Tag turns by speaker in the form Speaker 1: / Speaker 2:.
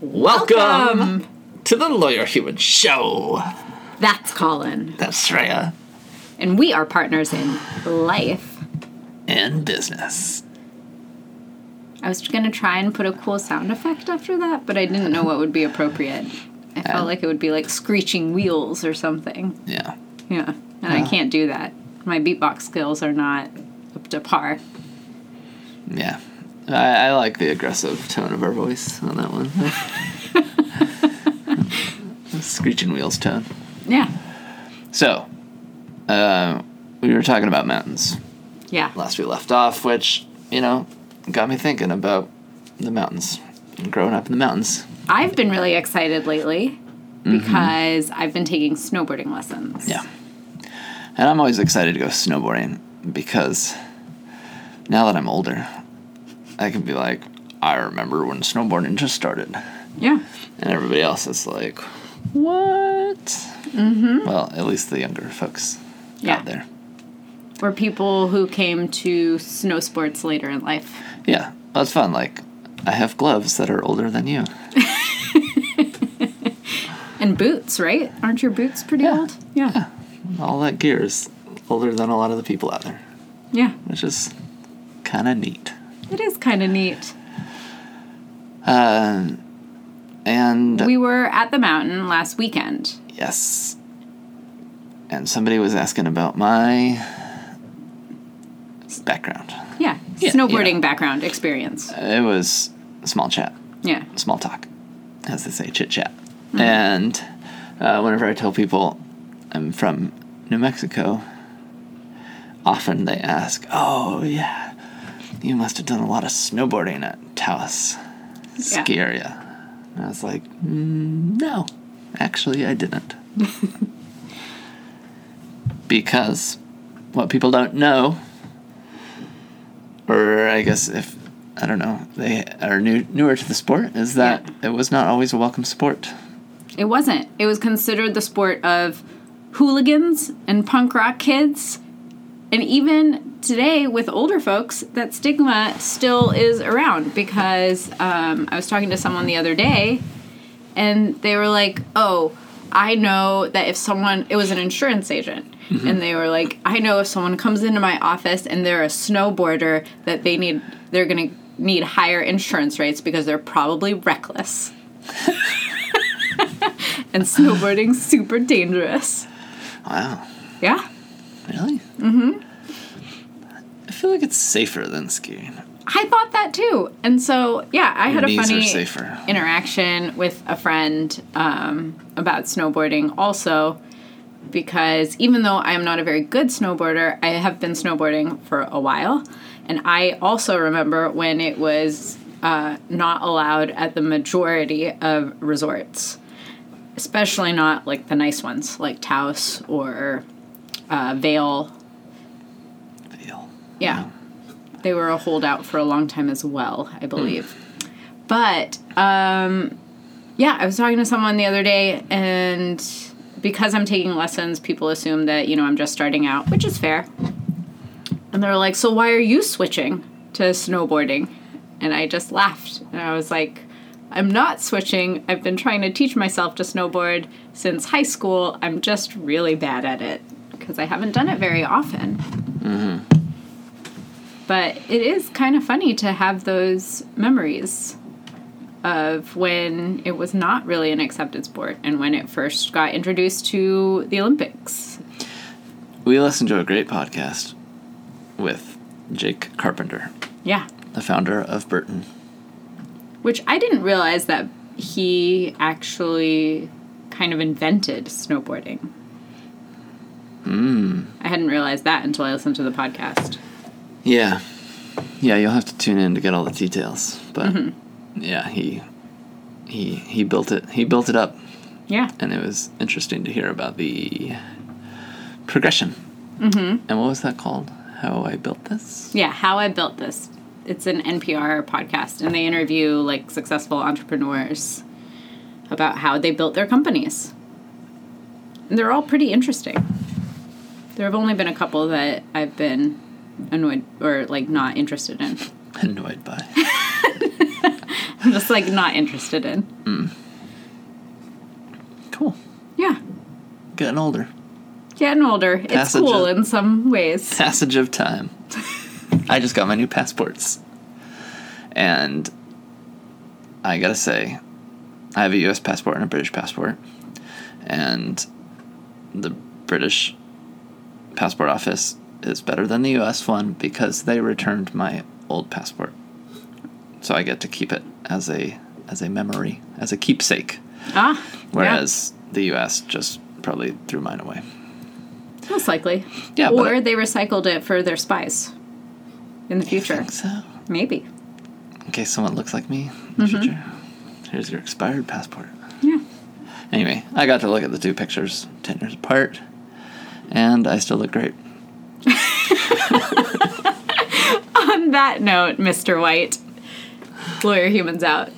Speaker 1: Welcome, to the Lawyer Human Show.
Speaker 2: That's Colin.
Speaker 1: That's Shreya
Speaker 2: And we are partners in life.
Speaker 1: in business.
Speaker 2: I was going to try and put a cool sound effect after that, but I didn't know what would be appropriate. I felt like it would be like screeching wheels or something.
Speaker 1: Yeah.
Speaker 2: Yeah. And I can't do that. My beatbox skills are not up to par.
Speaker 1: Yeah. I, I like the aggressive tone of our voice on that one. Screeching wheels tone.
Speaker 2: Yeah.
Speaker 1: So, uh, we were talking about mountains
Speaker 2: Yeah.
Speaker 1: last we left off, which, you know, got me thinking about the mountains. and Growing up in the mountains.
Speaker 2: I've been really excited lately because I've been taking snowboarding lessons.
Speaker 1: Mm-hmm. Yeah. And I'm always excited to go snowboarding because now that I'm older, I can be like, I remember when snowboarding just started.
Speaker 2: Yeah.
Speaker 1: And everybody else is like, what? Mm-hmm. Well, at least the younger folks
Speaker 2: Yeah.
Speaker 1: out there.
Speaker 2: For people who came to snow sports later in life.
Speaker 1: Yeah, that's fun. Like, I have gloves that are older than you.
Speaker 2: And boots, right? Aren't your boots pretty
Speaker 1: Yeah.
Speaker 2: old? Yeah.
Speaker 1: All that gear is older than a lot of the people out there,
Speaker 2: Yeah.
Speaker 1: which is kind of neat.
Speaker 2: It is kind of neat.
Speaker 1: Uh, And
Speaker 2: We were at the mountain last weekend.
Speaker 1: Yes. And somebody was asking about my background.
Speaker 2: Yeah.
Speaker 1: Yeah,
Speaker 2: Snowboarding
Speaker 1: yeah.
Speaker 2: background experience.
Speaker 1: It was small chat,
Speaker 2: Yeah.
Speaker 1: small talk, as they say, chit chat. And uh, whenever I tell people I'm from New Mexico, often they ask, Oh, yeah, you must have done a lot of snowboarding at Taos ski area. And I was like, "Mm, No, actually, I didn't. because what people don't know, or I guess if I don't know, they are new newer to the sport, is that it was not always a welcome sport.
Speaker 2: It wasn't. It was considered the sport of hooligans and punk rock kids. And even today, with older folks, that stigma still is around because um, I was talking to someone the other day and they were like, oh, I know that if someone, it was an insurance agent. And they were like, I know if someone comes into my office and they're a snowboarder, that they need, they're going to need higher insurance rates because they're probably reckless and snowboarding's super dangerous.
Speaker 1: Wow,
Speaker 2: Yeah.
Speaker 1: really? Mm-hmm. I feel like it's safer than skiing.
Speaker 2: I thought that too. And so, yeah, I had a
Speaker 1: Knees are
Speaker 2: funny
Speaker 1: safer.
Speaker 2: interaction with a friend um, about snowboarding also, because even though I am not a very good snowboarder, I have been snowboarding for a while. And I also remember when it was uh, not allowed at the majority of resorts, especially not like the nice ones like Taos or uh, Vale
Speaker 1: Feel.
Speaker 2: Yeah. They were a holdout for a long time as well, I believe. But um yeah, I was talking to someone the other day and because I'm taking lessons, people assume that, you know, I'm just starting out, which is fair. And they're like, "So why are you switching to snowboarding?" And I just laughed. And I was like, "I'm not switching. I've been trying to teach myself to snowboard since high school. I'm just really bad at it because I haven't done it very often." But it is kind of funny to have those memories of when it was not really an accepted sport and when it first got introduced to the Olympics.
Speaker 1: We listened to a great podcast with Jake Carpenter,
Speaker 2: Yeah.
Speaker 1: the founder of Burton.
Speaker 2: Which I didn't realize that he actually kind of invented snowboarding. I hadn't realized that until I listened to the podcast.
Speaker 1: Yeah. Yeah, you'll have to tune in to get all the details. But yeah, he he he built it he built it up
Speaker 2: Yeah.
Speaker 1: and it was interesting to hear about the progression. Mm-hmm. And what was that called? How I built this?
Speaker 2: Yeah, How I Built This. It's an NPR podcast, and they interview like successful entrepreneurs about how they built their companies. And they're all pretty interesting. There have only been a couple that I've been annoyed or like not interested in.
Speaker 1: Annoyed by.
Speaker 2: I'm just like not interested in.
Speaker 1: Cool.
Speaker 2: Yeah.
Speaker 1: Getting older.
Speaker 2: Getting older. It's
Speaker 1: Passage
Speaker 2: cool
Speaker 1: of-
Speaker 2: in some ways.
Speaker 1: Passage of time. I just got my new passports. And I gotta say, I have a US passport and a British passport. And the British passport office is better than the US one because they returned my old passport. So I get to keep it as a as a memory, as a keepsake.
Speaker 2: Ah.
Speaker 1: Whereas the US just probably threw mine away.
Speaker 2: yeah, most likely.
Speaker 1: Yeah, but-
Speaker 2: Or they recycled it for their spies in the future.
Speaker 1: Think so?
Speaker 2: Maybe.
Speaker 1: in case someone looks like me in the future. Here's your expired passport.
Speaker 2: Yeah.
Speaker 1: Anyway, I got to look at the two pictures 10 years apart, and I still look great.
Speaker 2: On that note, Mr. White, lawyer humans out.